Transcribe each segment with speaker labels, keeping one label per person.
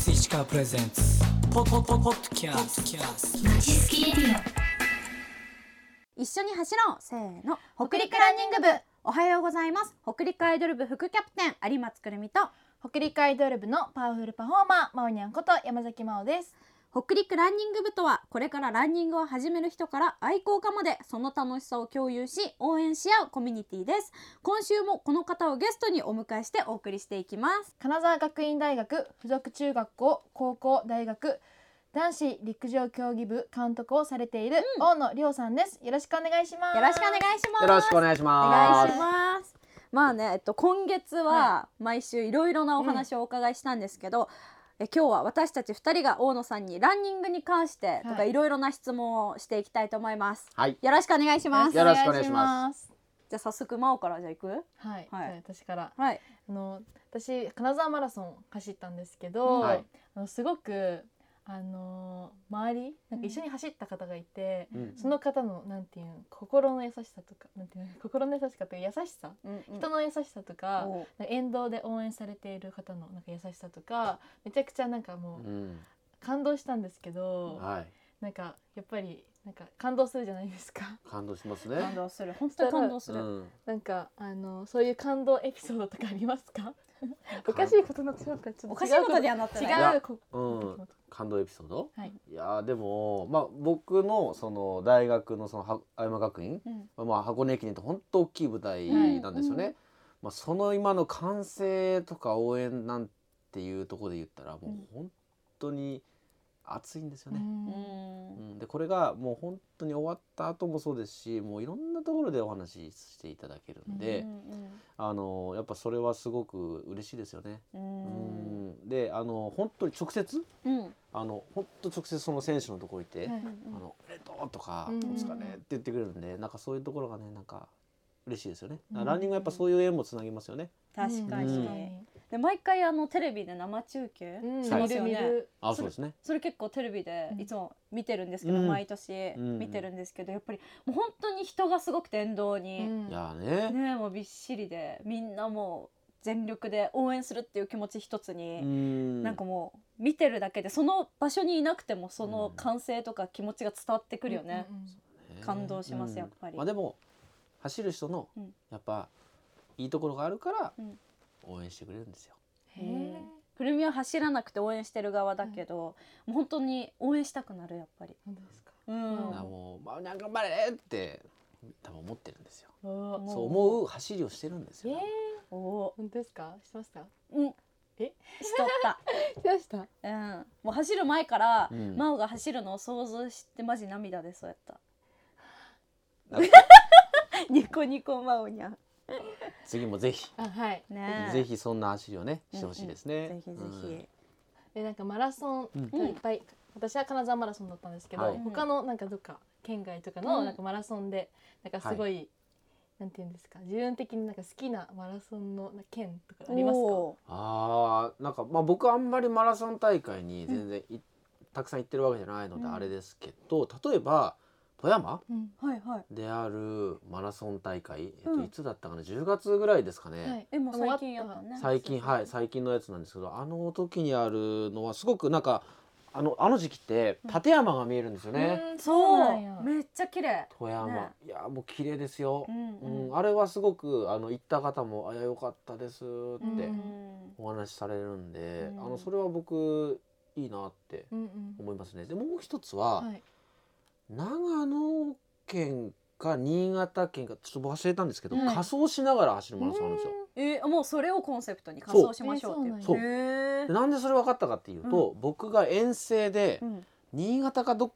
Speaker 1: チカプレゼンツポポポポッドキャスト
Speaker 2: ちすきレディオ
Speaker 3: 一緒に走ろうせーの北陸ランニング部おはようございます北陸アイドル部副キャプテン有松くるみと
Speaker 4: 北陸アイドル部のパワフルパフォーマーまおにゃんこと山崎まおです
Speaker 3: 北陸ランニング部とはこれからランニングを始める人から愛好家までその楽しさを共有し応援し合うコミュニティです今週もこの方をゲストにお迎えしてお送りしていきます
Speaker 4: 金沢学院大学附属中学校高校大学男子陸上競技部監督をされている大野亮さんですよろしくお願いします
Speaker 3: よろしくお願いします
Speaker 5: よろしくお願いし
Speaker 3: お願
Speaker 5: ま
Speaker 3: いし
Speaker 5: す。
Speaker 3: ます。まあね、えっと、今月は毎週いろいろなお話をお伺いしたんですけど、え今日は私たち2人が大野さんにランニングに関してとか
Speaker 4: はい
Speaker 3: いろいろな質問をしていきたいと思います。
Speaker 5: はい。
Speaker 3: よろしくお願いします。じ
Speaker 5: よろしくお願いします
Speaker 3: ゃあ早速真央からじゃあ行く
Speaker 4: はい、
Speaker 3: はい
Speaker 4: じゃあ私から
Speaker 3: はい。
Speaker 4: あの私金沢マラソン走ったんですけど、
Speaker 5: はい
Speaker 4: あのすごくあの周りなんか一緒に走った方がいて、
Speaker 5: うん
Speaker 4: その方のなんていうの心の優しさとかなんていうの心の優しさというか優しさ人の優しさとか、
Speaker 3: おう
Speaker 4: なんか沿道で応援されている方のなんか優しさとかめちゃくちゃなんかもう
Speaker 5: うん
Speaker 4: 感動したんですけど、
Speaker 5: はい。
Speaker 4: なんかやっぱりなんか感動するじゃないですか
Speaker 5: 感動しますね。
Speaker 3: 感動する。本当に感動す
Speaker 5: う
Speaker 3: る。
Speaker 5: ん。
Speaker 4: なんかあのそういう感動エピソードとかあります かおかしいことになってしまったちょっと違う
Speaker 3: おかしいことではなってない。
Speaker 4: 違うこ
Speaker 5: うん。感動エピソード。
Speaker 4: はい
Speaker 5: いやーでもまあ僕のその大学のそのは青山学院
Speaker 3: うん
Speaker 5: まあ箱根駅伝って本当大きい舞台なんですよ
Speaker 3: は
Speaker 5: ね。まあその今の歓声とか応援なんていうところで言ったらもう本当に熱いんですよ
Speaker 4: う
Speaker 5: ね。
Speaker 4: ん
Speaker 3: うん
Speaker 5: うん、でこれがもう本当に終わった後もそうですしもういろんなところでお話ししていただけるので、あのやっぱそれはすごく嬉しいですよね。
Speaker 3: う
Speaker 5: うんんであの本当に直接
Speaker 3: うん
Speaker 5: あの本当直接その選手のところにいて「
Speaker 4: はい
Speaker 5: あのおめでとう」とか「
Speaker 4: う
Speaker 5: お
Speaker 4: ん
Speaker 5: 疲れ」って言ってくれるんでなんかそういうところがねなんか嬉しいですよね。
Speaker 4: うん
Speaker 5: ランニングはやっぱそういう縁もつなぎますよね。
Speaker 3: 確か
Speaker 5: う
Speaker 3: に
Speaker 5: ん。
Speaker 3: で毎回あのテレビで生中継
Speaker 4: うん
Speaker 3: し
Speaker 5: はい
Speaker 3: ま
Speaker 4: 見
Speaker 3: す
Speaker 4: る
Speaker 3: よ
Speaker 4: 見
Speaker 3: ね。
Speaker 4: る
Speaker 5: あ
Speaker 3: そ
Speaker 5: そう
Speaker 3: れ
Speaker 5: ですね。
Speaker 3: それ結構テレビで
Speaker 4: うん
Speaker 3: いつも見てるんですけど、
Speaker 5: うん
Speaker 3: 毎年
Speaker 5: うん
Speaker 3: 見てるんですけど、やっぱりもう本当に人がすごくて沿道
Speaker 4: う
Speaker 3: に、
Speaker 4: ん
Speaker 5: いやーね。
Speaker 3: ねもうびっしりでみんなもう全力で応援するっていう気持ち一つ
Speaker 5: う
Speaker 3: に、
Speaker 5: ん
Speaker 3: なんかもう見てるだけでその場所にいなくてもその
Speaker 5: うん
Speaker 3: 歓声とか気持ちが伝わってくるよね。
Speaker 4: うんうん
Speaker 5: ね
Speaker 3: 感動します
Speaker 5: うん
Speaker 3: やっぱり
Speaker 5: まあでも走る人の
Speaker 3: うん
Speaker 5: やっぱいいところがあるから
Speaker 3: うん
Speaker 5: 応援してくれるんですよ。
Speaker 4: へ
Speaker 3: う
Speaker 4: ー
Speaker 3: んくるみは走らなくて応援してる側だけど、もう本当に応援したくなるやっぱり。
Speaker 4: 本当ですか
Speaker 3: うん
Speaker 4: うん
Speaker 5: あもうまあなんか頑張れって多分思ってるんですよ。
Speaker 4: おー
Speaker 3: もう
Speaker 5: そう思う走りをしてるんです
Speaker 4: えー
Speaker 5: よ。
Speaker 3: お
Speaker 4: 本当ですかしてました
Speaker 3: ーうん
Speaker 4: え
Speaker 3: しとった。
Speaker 4: してました
Speaker 3: うん、もう走る前から、
Speaker 5: うん
Speaker 3: 真央が走るのを想像してマジ涙でそうやった
Speaker 5: なんか
Speaker 3: ニコニコ真央にゃん
Speaker 5: 次もぜひ、
Speaker 4: あはい
Speaker 3: ねえ
Speaker 5: ぜひそんな走りをねしてほしいですね。
Speaker 3: ぜひぜひ、
Speaker 4: でなんかマラソン
Speaker 5: うん
Speaker 4: がいっぱい、私は金沢マラソンだったんですけど、
Speaker 5: はい
Speaker 4: 他のなんかどっか県外とかの
Speaker 3: うん
Speaker 4: なんかマラソンでなんかすごい、なんていうんですか自分的になんか好きなマラソンの県とかありますか？
Speaker 3: お
Speaker 5: ああなんかまあ僕あんまりマラソン大会に全然いたくさん行ってるわけじゃないので
Speaker 4: うん
Speaker 5: あれですけど、例えば富山
Speaker 4: うん
Speaker 3: ーはいはい
Speaker 5: であるマラソン大会、えっ
Speaker 3: うん
Speaker 5: と、いつだったかな、10月ぐらいですかね。
Speaker 4: はい
Speaker 3: えもう最近や
Speaker 4: あ
Speaker 3: っ
Speaker 4: の
Speaker 3: たね
Speaker 5: 最近はい最近のやつなんですけどあの時にあるのはすごくなんかあのあの時期って立山が見えるんですよね、
Speaker 4: うんそう
Speaker 3: そ
Speaker 4: なんや
Speaker 3: うめっちゃ綺麗
Speaker 5: 富山、
Speaker 3: ね
Speaker 5: いやもう綺麗ですよ
Speaker 3: う、ん
Speaker 5: う
Speaker 3: うん
Speaker 5: んあれはすごくあの行った方も「あいや良かったです」って
Speaker 4: うん
Speaker 5: お話しされるんで、
Speaker 3: うん
Speaker 5: あのそれは僕いいなって
Speaker 4: うんうん
Speaker 5: 思いますね。でもう一つは、
Speaker 4: はい
Speaker 5: 長野県か新潟県かちょっと忘れたんですけど、
Speaker 4: はい
Speaker 5: 仮装しながら走るマラソンあるんですよ。
Speaker 3: えーもうそれをコンセプトに仮装しましょうっていう
Speaker 5: そうえーそうなん
Speaker 3: へ
Speaker 5: でなんでそれ分かったかっていうと、僕が遠征で、
Speaker 3: ーうん
Speaker 5: 新潟かどっ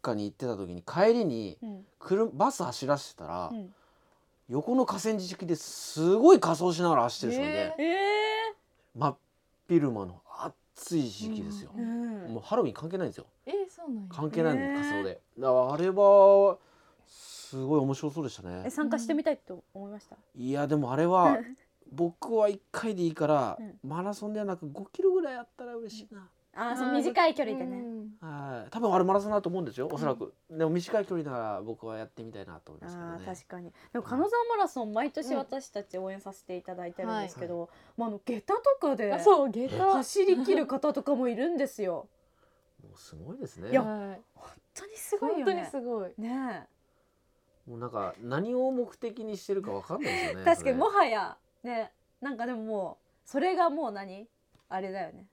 Speaker 5: かに行ってた時に帰りに
Speaker 3: うん
Speaker 5: 車バス走らせてたら、
Speaker 3: うん
Speaker 5: 横の河川敷ですごい仮装しながら走ってる人がいて、
Speaker 3: え
Speaker 5: 真っ昼間の暑い時期ですよ
Speaker 3: ーう、ん
Speaker 5: もうハロウィン関係ないんですよ
Speaker 4: えーそうなんや。
Speaker 5: 関係ないのに
Speaker 3: ねえ
Speaker 5: 仮装で、だからあれはすごい面白そうでした
Speaker 3: え
Speaker 5: ね
Speaker 3: 参加してみたいと思いました
Speaker 5: いやでもあれは僕は1回でいいから、
Speaker 3: うん
Speaker 5: マラソンではなく5キロぐらいあったら嬉しいな
Speaker 3: あーそう
Speaker 4: うん
Speaker 3: 短い距離で
Speaker 4: う
Speaker 3: ね。
Speaker 4: ん
Speaker 5: はい多分あれマラソンだと思うんですよおそらく、でも短い距離なら僕はやってみたいなと思いますけど
Speaker 3: あー
Speaker 5: ね
Speaker 3: 確かにでも金沢マラソン毎年私たち応援させていただいてるんですけど、まあ、あの下駄とかで
Speaker 4: あそう下駄
Speaker 3: 走り切る方とかもいるんですよ。
Speaker 5: もうすごいですね
Speaker 3: いや
Speaker 4: はい
Speaker 3: 本当にすごい
Speaker 4: 本
Speaker 3: よ
Speaker 4: 当に
Speaker 3: ね。
Speaker 4: すごい
Speaker 3: ね
Speaker 5: もうなんか何を目的にしてるかわかんないです
Speaker 3: え
Speaker 5: よね
Speaker 3: 確かにも
Speaker 5: それ
Speaker 3: はやねなんかでももうそれがもう何あれだよね。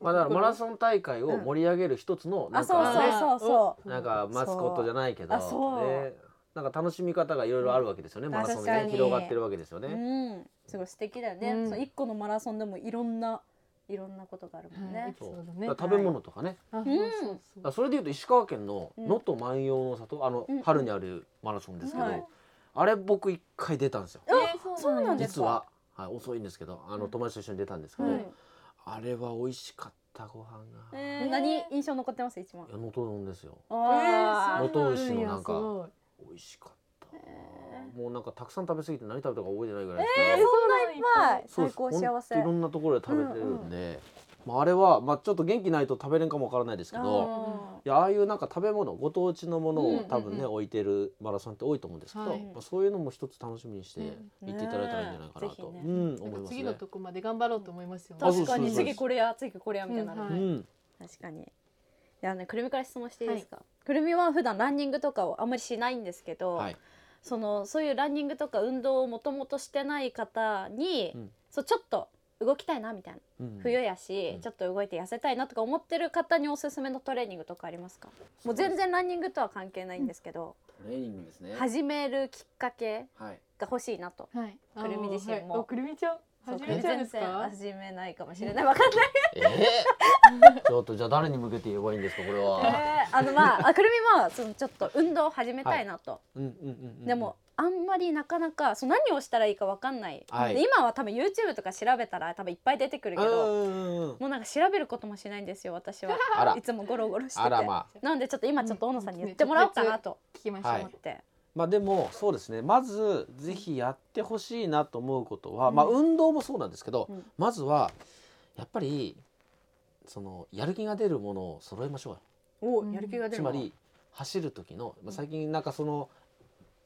Speaker 5: まあだからマラソン大会を盛り上げる一つのな
Speaker 3: あ
Speaker 5: ん
Speaker 3: そう
Speaker 5: か、ね
Speaker 3: そうそうそう。
Speaker 5: なんかマスコットじゃないけど
Speaker 3: あそう
Speaker 5: ねなんか楽しみ方がいろいろあるわけですよね、
Speaker 3: うん
Speaker 5: マラソン
Speaker 3: 確か
Speaker 5: ね
Speaker 3: に
Speaker 5: 広がってるわけですよね、
Speaker 3: うんすごい素敵だよね。
Speaker 4: うん
Speaker 3: その一個のマラソンでもいろんないろんなことがあるもん
Speaker 4: はい
Speaker 3: ね。
Speaker 5: そう
Speaker 4: そうだね
Speaker 5: だから食べ物とかね、
Speaker 4: あ
Speaker 3: ん
Speaker 4: そうそう
Speaker 5: だか
Speaker 4: そう
Speaker 5: らそれでいうと石川県の
Speaker 3: うん
Speaker 5: 能登万葉の里、あの
Speaker 3: うん
Speaker 5: 春にあるマラソンですけど、
Speaker 3: はい
Speaker 5: あれ僕一回出たんですよ
Speaker 3: あ
Speaker 4: えー
Speaker 3: そうなんです
Speaker 5: 実
Speaker 3: か
Speaker 5: は、はい、遅いんですけどあ
Speaker 3: う
Speaker 5: の
Speaker 3: ん
Speaker 5: 友達と一緒に出たんですけ
Speaker 3: う
Speaker 5: ど、
Speaker 4: は
Speaker 3: ん
Speaker 4: い。
Speaker 5: あれは美味しかったご飯が、い
Speaker 3: えー何印象残ってます一番。
Speaker 5: や能登丼ですよ
Speaker 3: あ
Speaker 5: ー
Speaker 3: ー
Speaker 5: そう能登牛のなんか
Speaker 4: えーそうなんや
Speaker 5: 美味しかった、
Speaker 3: え
Speaker 5: もうなんかたくさん食べ過ぎて何食べたか覚えてないぐらいですけど、
Speaker 3: えーそんないっぱい最
Speaker 5: そうです
Speaker 3: 高幸せ。
Speaker 5: ほんといろんなところで食べてるんで、まあ、あれは、まあ、ちょっと元気ないと食べれんかもわからないですけ
Speaker 3: あ
Speaker 5: どいやああいうなんか食べ物ご当地のもの
Speaker 3: うんうん
Speaker 5: を
Speaker 3: うん
Speaker 5: 多分ね、置いてるマラソンって多いと思うんですけど、
Speaker 4: はい
Speaker 5: まあ、そういうのも一つ楽しみにして
Speaker 4: うん
Speaker 5: 行っていただいたらいいんじゃないかなと、
Speaker 3: ね
Speaker 5: うん、
Speaker 2: なん
Speaker 5: 思
Speaker 2: か
Speaker 5: います
Speaker 2: 次
Speaker 5: ね
Speaker 2: の。とこまで頑張ろうと思いますよ
Speaker 3: ー
Speaker 5: あそうそ
Speaker 3: 確か
Speaker 5: う
Speaker 3: に
Speaker 5: そうそう
Speaker 3: 次これや次これやみたいな
Speaker 2: う
Speaker 3: の
Speaker 2: ん
Speaker 3: ね
Speaker 2: は
Speaker 5: う
Speaker 2: い
Speaker 5: ん、
Speaker 3: 確かに。であのくるみから質問していいですか、くるみは普段ランニングとかをあんまりしないんですけど、
Speaker 5: はい、
Speaker 3: そのそういうランニングとか運動をもともとしてない方に、
Speaker 5: うん
Speaker 3: そうちょっと動きたいなみたいな、
Speaker 5: うん
Speaker 3: 冬やし、
Speaker 5: うん
Speaker 3: ちょっと動いて痩せたいなとか思ってる方におすすめのトレーニングとかありますかもう全然ランニングとは関係ないんですけど、
Speaker 5: トレーニングですね
Speaker 3: 始めるきっかけ
Speaker 5: はい。
Speaker 3: が欲しいなと。
Speaker 4: はい
Speaker 2: あー
Speaker 3: くるみ自身も
Speaker 2: はいおくるみちゃん
Speaker 3: そう
Speaker 2: 始めちゃうんです
Speaker 3: 全然
Speaker 2: か
Speaker 3: 始めないかもしれないわかんない
Speaker 5: えー ちょっとじゃあ誰に向けて言えばいいんですかこれは。
Speaker 3: えーあのまああくるみはそのちょっと運動を始めたいなと、
Speaker 5: うんうんうんうん
Speaker 3: でも、あんまりなかなかそう何をしたらいいかわかんない、
Speaker 5: はい
Speaker 3: で今は多分 YouTube とか調べたら多分いっぱい出てくる
Speaker 5: う
Speaker 3: け
Speaker 5: んう
Speaker 3: ど
Speaker 5: んうんうん
Speaker 3: もうなんか調べることもしないんですよ私は
Speaker 5: あら
Speaker 3: いつもゴロゴロしてて
Speaker 5: あらまあ。
Speaker 3: なんでちょっと今ちょっと小野さんに言ってもらおうかなと
Speaker 2: 聞きまし
Speaker 5: は
Speaker 2: た
Speaker 5: い
Speaker 3: 思って、
Speaker 5: まあでもそうですねまずぜひやってほしいなと思うことは、
Speaker 3: うん
Speaker 5: まあ運動もそうなんですけど、
Speaker 3: うん
Speaker 5: まずはやっぱりそのやる気が出るものを揃えましょうよ
Speaker 3: お
Speaker 4: やる気
Speaker 3: が
Speaker 5: つまり走る時の、まあ、最近なんかその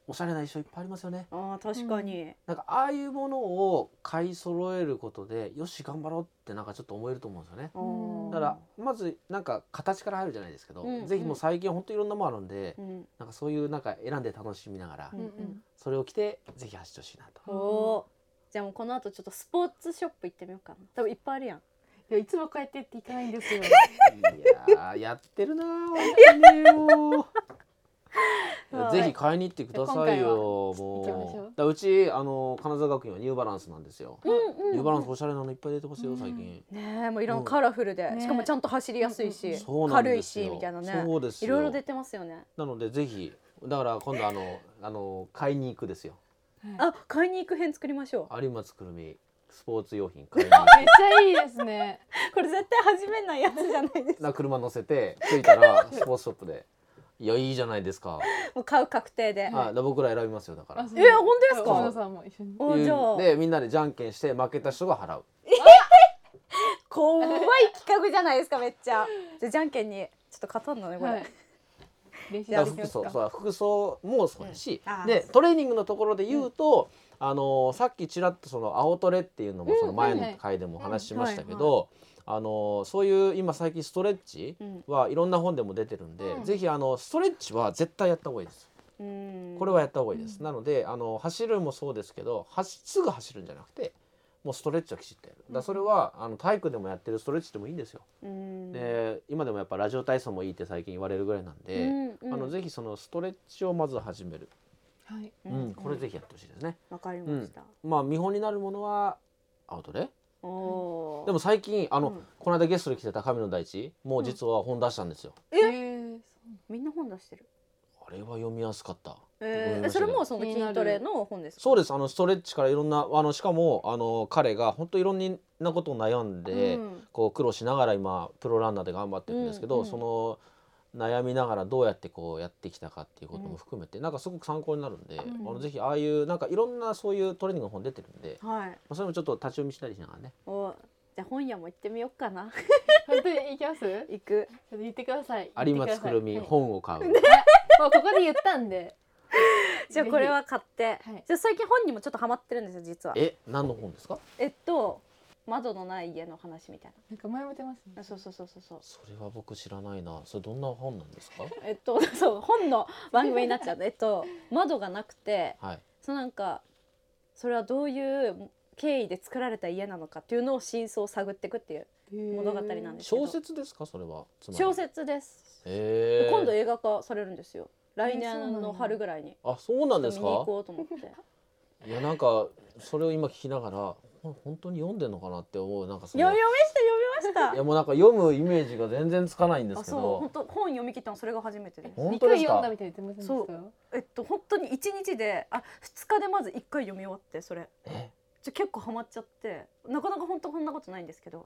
Speaker 5: おしゃれな衣装いっぱいありますよね
Speaker 3: あー確か
Speaker 4: か
Speaker 3: に、
Speaker 5: なんかああいうものを買い揃えることでよし頑張ろうってなんかちょっと思えると思うんですよね
Speaker 4: うん
Speaker 5: だからまずなんか形から入るじゃないですけど、
Speaker 3: うん
Speaker 5: ぜひもう最近ほんといろんなものあるんで、
Speaker 3: うん
Speaker 5: なんかそういうなんか選んで楽しみながら、
Speaker 3: う
Speaker 4: うんん
Speaker 3: う
Speaker 4: うんん
Speaker 5: それを着てぜひ走ってほしいなと
Speaker 3: おおーじゃあもうこの後ちょっとスポーツショップ行ってみようかな多分いっぱいあるやん
Speaker 2: いやいつもこうやってって行かないんですよ
Speaker 5: いやーやってるなー本当によ
Speaker 3: は
Speaker 5: ー
Speaker 3: い
Speaker 5: ぜひ買いに行ってくださいよ
Speaker 2: 今回は行きましょう
Speaker 5: もうだうちあの金沢学院はニューバランスなんですよ、
Speaker 3: うん
Speaker 5: ニューバランスおしゃれなのいっぱい出てますよ最近、
Speaker 3: ねえもういろんなカラフルで、
Speaker 4: うん
Speaker 3: しかもちゃんと走りやすいし、
Speaker 5: そうなん
Speaker 3: 軽い
Speaker 5: ですよ
Speaker 3: しみたいなね
Speaker 5: そうですよ
Speaker 3: いろいろ出てますよね
Speaker 5: なのでぜひだから今度あのあの買いに行くですよ
Speaker 3: あ買いに行く編作りましょ
Speaker 5: 有松くるみスポーツ用品買いに行く
Speaker 2: め っちゃいいですね
Speaker 3: うこれ絶対始めないやつじゃないです
Speaker 5: な車乗せて着いたらスポーツショップでいやいいじゃないですか、
Speaker 3: もう買う確定で、
Speaker 5: はい、だ僕ら選びますよだから
Speaker 2: あそう
Speaker 3: えー本当です
Speaker 2: 小野
Speaker 3: か
Speaker 2: さんも一緒に
Speaker 3: おじゃあ
Speaker 5: でみんなでじゃんけんして負けた人が払う
Speaker 3: 怖い企画じゃないですかめっちゃじゃあじゃんけんにちょっと勝たんのねこれ、
Speaker 2: はい練習
Speaker 3: じゃあ
Speaker 5: だから
Speaker 2: できます
Speaker 5: 服装
Speaker 2: か
Speaker 5: そう服装もそうだし、
Speaker 3: うんあー
Speaker 5: でトレーニングのところで言うと、あのーさっきちらっとその青トレっていうのもその前の回でもお話ししましたけど、あのーそういう今最近ストレッチ
Speaker 3: うん
Speaker 5: はいろんな本でも出てるんで、ぜひあのストレッチは絶対やった方がいいです。
Speaker 3: うん
Speaker 5: これはやった方がいいです。なのであの走るもそうですけどはしすぐ走るんじゃなくてもうストレッチはきちっとやる。だからそれはあの体育でもやってるストレッチでもいいんですよ。
Speaker 3: うん
Speaker 5: で今でもやっぱラジオ体操もいいって最近言われるぐらいなんで、
Speaker 3: うんうん
Speaker 5: あのぜひそのストレッチをまず始める、
Speaker 2: はい
Speaker 5: うん、これぜひやってほしいですね。
Speaker 3: わかりました、
Speaker 5: まあ見本になるものはアウトレ
Speaker 3: おおー
Speaker 5: でも最近あの、
Speaker 3: うん
Speaker 5: この間ゲストで来てた神の大地もう実は本出したんですよ、
Speaker 2: えー
Speaker 3: みんな本出してる
Speaker 5: あれは読みやすかった
Speaker 3: え
Speaker 5: 思
Speaker 3: ー、
Speaker 5: いましたね
Speaker 3: えそれもその筋トレの本ですか
Speaker 5: そうですあのストレッチからいろんなあのしかもあの彼が本当いろんなことを悩んで、
Speaker 3: うん
Speaker 5: こう苦労しながら今プロランナーで頑張ってるんですけど、
Speaker 3: うんうん
Speaker 5: その悩みながらどうやってこうやってきたかっていうことも含めて、なんかすごく参考になるんで、あのぜひああいうなんかいろんなそういうトレーニングの本出てるんで、ま
Speaker 3: はい
Speaker 5: あ、それもちょっと立ち読みしたりしながらね
Speaker 3: おじゃあ本屋も行ってみようかな
Speaker 2: 本当に行きますちょ
Speaker 3: 行く
Speaker 2: っと言ってください
Speaker 5: 有松くるみ、
Speaker 2: 言ってください
Speaker 5: 本を買
Speaker 4: も
Speaker 5: う。
Speaker 4: うここで言ったんで
Speaker 3: じゃあこれは買って、
Speaker 4: はい
Speaker 3: じゃあ最近本にもちょっとハマってるんですよ実はえ
Speaker 5: え、何の本ですか？
Speaker 3: っと窓のない家の話みたい
Speaker 2: なんか前も出ますね
Speaker 3: なあそうそうそうそうそう
Speaker 5: それは僕知らないな。それどんな本なんですか？
Speaker 3: えっと そう本の番組になっちゃ うえっと窓がなくて
Speaker 5: はい。
Speaker 3: そのなんかそれはどういう経緯で作られた家なのかっていうのを真相を探っていくっていう物語なんですけど
Speaker 5: 小説ですか？それは。つまり
Speaker 3: 小。説です、
Speaker 5: へえ。
Speaker 3: 今度映画化されるんですよ来
Speaker 4: えーそうな
Speaker 3: 年
Speaker 4: んや
Speaker 3: の春ぐらいに
Speaker 5: あ、そうなん
Speaker 3: 見
Speaker 5: で
Speaker 3: に
Speaker 5: す
Speaker 3: 行
Speaker 5: か？
Speaker 3: こうと 思って
Speaker 5: いやなんかそれを今聞きながら、ほ本当に読んでんのかなって思うなんかそ
Speaker 3: 読
Speaker 5: の。
Speaker 3: み
Speaker 5: い
Speaker 3: ました読みま
Speaker 5: やもうなんか読むイメージが全然つかないんで
Speaker 3: したあ
Speaker 5: すけ
Speaker 3: そう本
Speaker 5: ど。
Speaker 3: 当本読み切ったのそれが初めてです
Speaker 5: 本
Speaker 2: 二
Speaker 5: 当で
Speaker 2: 回
Speaker 5: す
Speaker 2: 読んだ
Speaker 5: か
Speaker 2: み？たいに言ってませんで
Speaker 3: そ
Speaker 2: し
Speaker 3: う
Speaker 2: た
Speaker 3: えっと本当に一日であ二日でまず一回読み終わってそれ
Speaker 5: え、
Speaker 3: ちょ結構ハマっちゃってなかなか本当こんなことないんですけど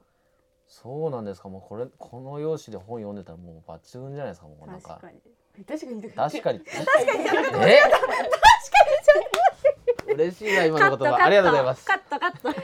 Speaker 5: そうなんですか？もうこれこの用紙で本読んでたらもう抜群じゃないですか？もうなん
Speaker 3: 確
Speaker 5: か
Speaker 3: か。に
Speaker 2: 確かに確
Speaker 5: 確
Speaker 2: に
Speaker 5: かに。確かに。え。確かに。嬉しいな今の言葉。ありがとうございます
Speaker 3: カ。ットカット
Speaker 2: ぜ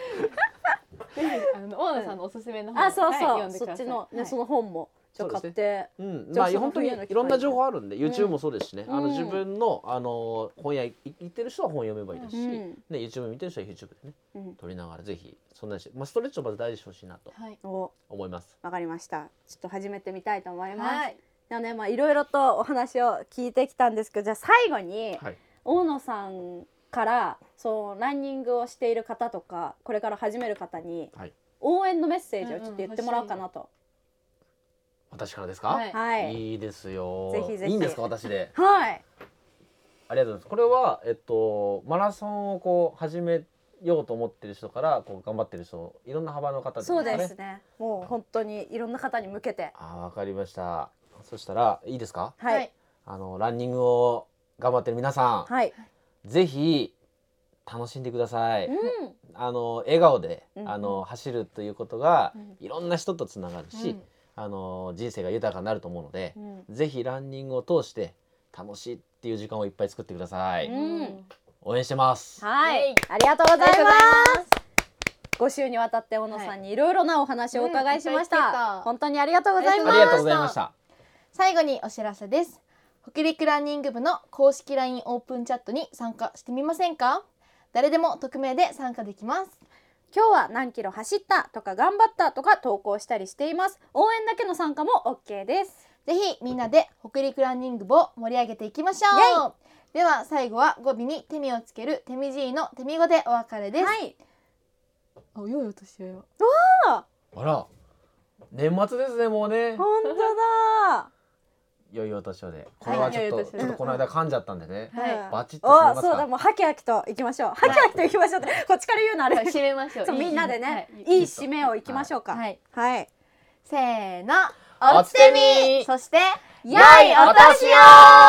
Speaker 2: ひあの大野さんのおすすめの本
Speaker 3: あそう
Speaker 2: はい
Speaker 3: そ
Speaker 2: 読
Speaker 3: うん
Speaker 2: で
Speaker 3: そ
Speaker 2: くだ
Speaker 3: っ
Speaker 2: さ
Speaker 3: ち
Speaker 2: い
Speaker 3: のね
Speaker 2: はい
Speaker 3: その本もちょっと買って
Speaker 5: うん、
Speaker 3: じゃ
Speaker 5: ま
Speaker 3: あ
Speaker 5: あ
Speaker 3: その
Speaker 5: 本当に
Speaker 3: 本屋の機会
Speaker 5: いろんな情報あるんで、YouTube もそうですしね、あ
Speaker 3: うん
Speaker 5: の自分のあの本屋い行ってる人は本読めばいいですし、
Speaker 3: うん
Speaker 5: ね YouTube 見てる人は YouTube でね
Speaker 3: うん
Speaker 5: 撮りながらぜひそんなにして、まあストレッチをまず大事にしてほしいなと
Speaker 4: はい
Speaker 3: お
Speaker 5: 思います。
Speaker 3: わかりましたちょっと始めてみたいと思います
Speaker 4: はい
Speaker 3: なのでまあいろいろとお話を聞いてきたんですけどじゃあ最後に
Speaker 5: はい。
Speaker 3: 大野さんからそうランニングをしている方とかこれから始める方に
Speaker 5: はい
Speaker 3: 応援のメッセージをちょっと言ってもらおうかなと、
Speaker 5: 私からですか？、
Speaker 4: はいい
Speaker 3: はい
Speaker 5: いですよ。
Speaker 3: ぜひぜひ
Speaker 5: いいんですか私で。
Speaker 3: はい
Speaker 5: ありがとうございます。これはえっとマラソンをこう始めようと思ってる人からこう頑張ってる人、いろんな幅の方ですか
Speaker 3: そう
Speaker 5: ね。
Speaker 3: ですねもう本当にいろんな方に向けて
Speaker 5: あー、わかりました。そしたらいいですか？
Speaker 3: はい、
Speaker 5: あのランニングを頑張ってる皆さん。
Speaker 3: はい、
Speaker 5: ぜひ楽しんでください。
Speaker 3: うん
Speaker 5: あの笑顔で、
Speaker 3: うん
Speaker 5: あの走るということが、
Speaker 3: う
Speaker 5: いろんな人とつながるし、
Speaker 4: うん
Speaker 5: あの人生が豊かになると思うので、
Speaker 3: うん
Speaker 5: ぜひランニングを通して楽しいっていう時間をいっぱい作ってください。
Speaker 3: うん
Speaker 5: 応援してます。
Speaker 3: はい
Speaker 4: イエイ、
Speaker 3: ありがとうござい
Speaker 4: あり
Speaker 3: ま
Speaker 4: がと
Speaker 3: す。5週にわたって小野さんにいろいろなお話をお伺いしました。
Speaker 4: うんいっぱい聞けた
Speaker 3: 本当にありがとうござい
Speaker 5: あ
Speaker 3: ま
Speaker 5: り
Speaker 3: す。
Speaker 5: がとうございました。
Speaker 4: 最後にお知らせです北陸ランニング部の公式 LINE オープンチャットに参加してみませんか誰でも匿名で参加できます
Speaker 3: 今日は何キロ走ったとか頑張ったとか投稿したりしています。応援だけの参加も OK です。
Speaker 4: ぜひみんなで北陸ランニング部を盛り上げていきましょうでは最後は語尾に手身をつける手身 G の手身語でお別れです、
Speaker 3: はい、
Speaker 2: あ良いお年をよ
Speaker 5: あら、年末ですねもう ね。
Speaker 3: 本当だ。
Speaker 5: いよいよお年をで、これはちょっと、
Speaker 2: はいいよいよお年を
Speaker 5: ちょっとこの間噛んじゃったんでね。
Speaker 4: はい
Speaker 5: バチッと締め
Speaker 3: お、
Speaker 5: ます
Speaker 3: そうだ
Speaker 5: か。
Speaker 3: もうハキハキと行きましょう。ハキハキと行きましょうってこっちから言うなあれ。
Speaker 4: 締めましょう
Speaker 3: そうみんなでね、
Speaker 4: はい
Speaker 3: いい締めを行きましょうか。
Speaker 4: はい、
Speaker 3: はい。
Speaker 4: せーの
Speaker 5: おつてみ
Speaker 4: そして
Speaker 5: 良いお年を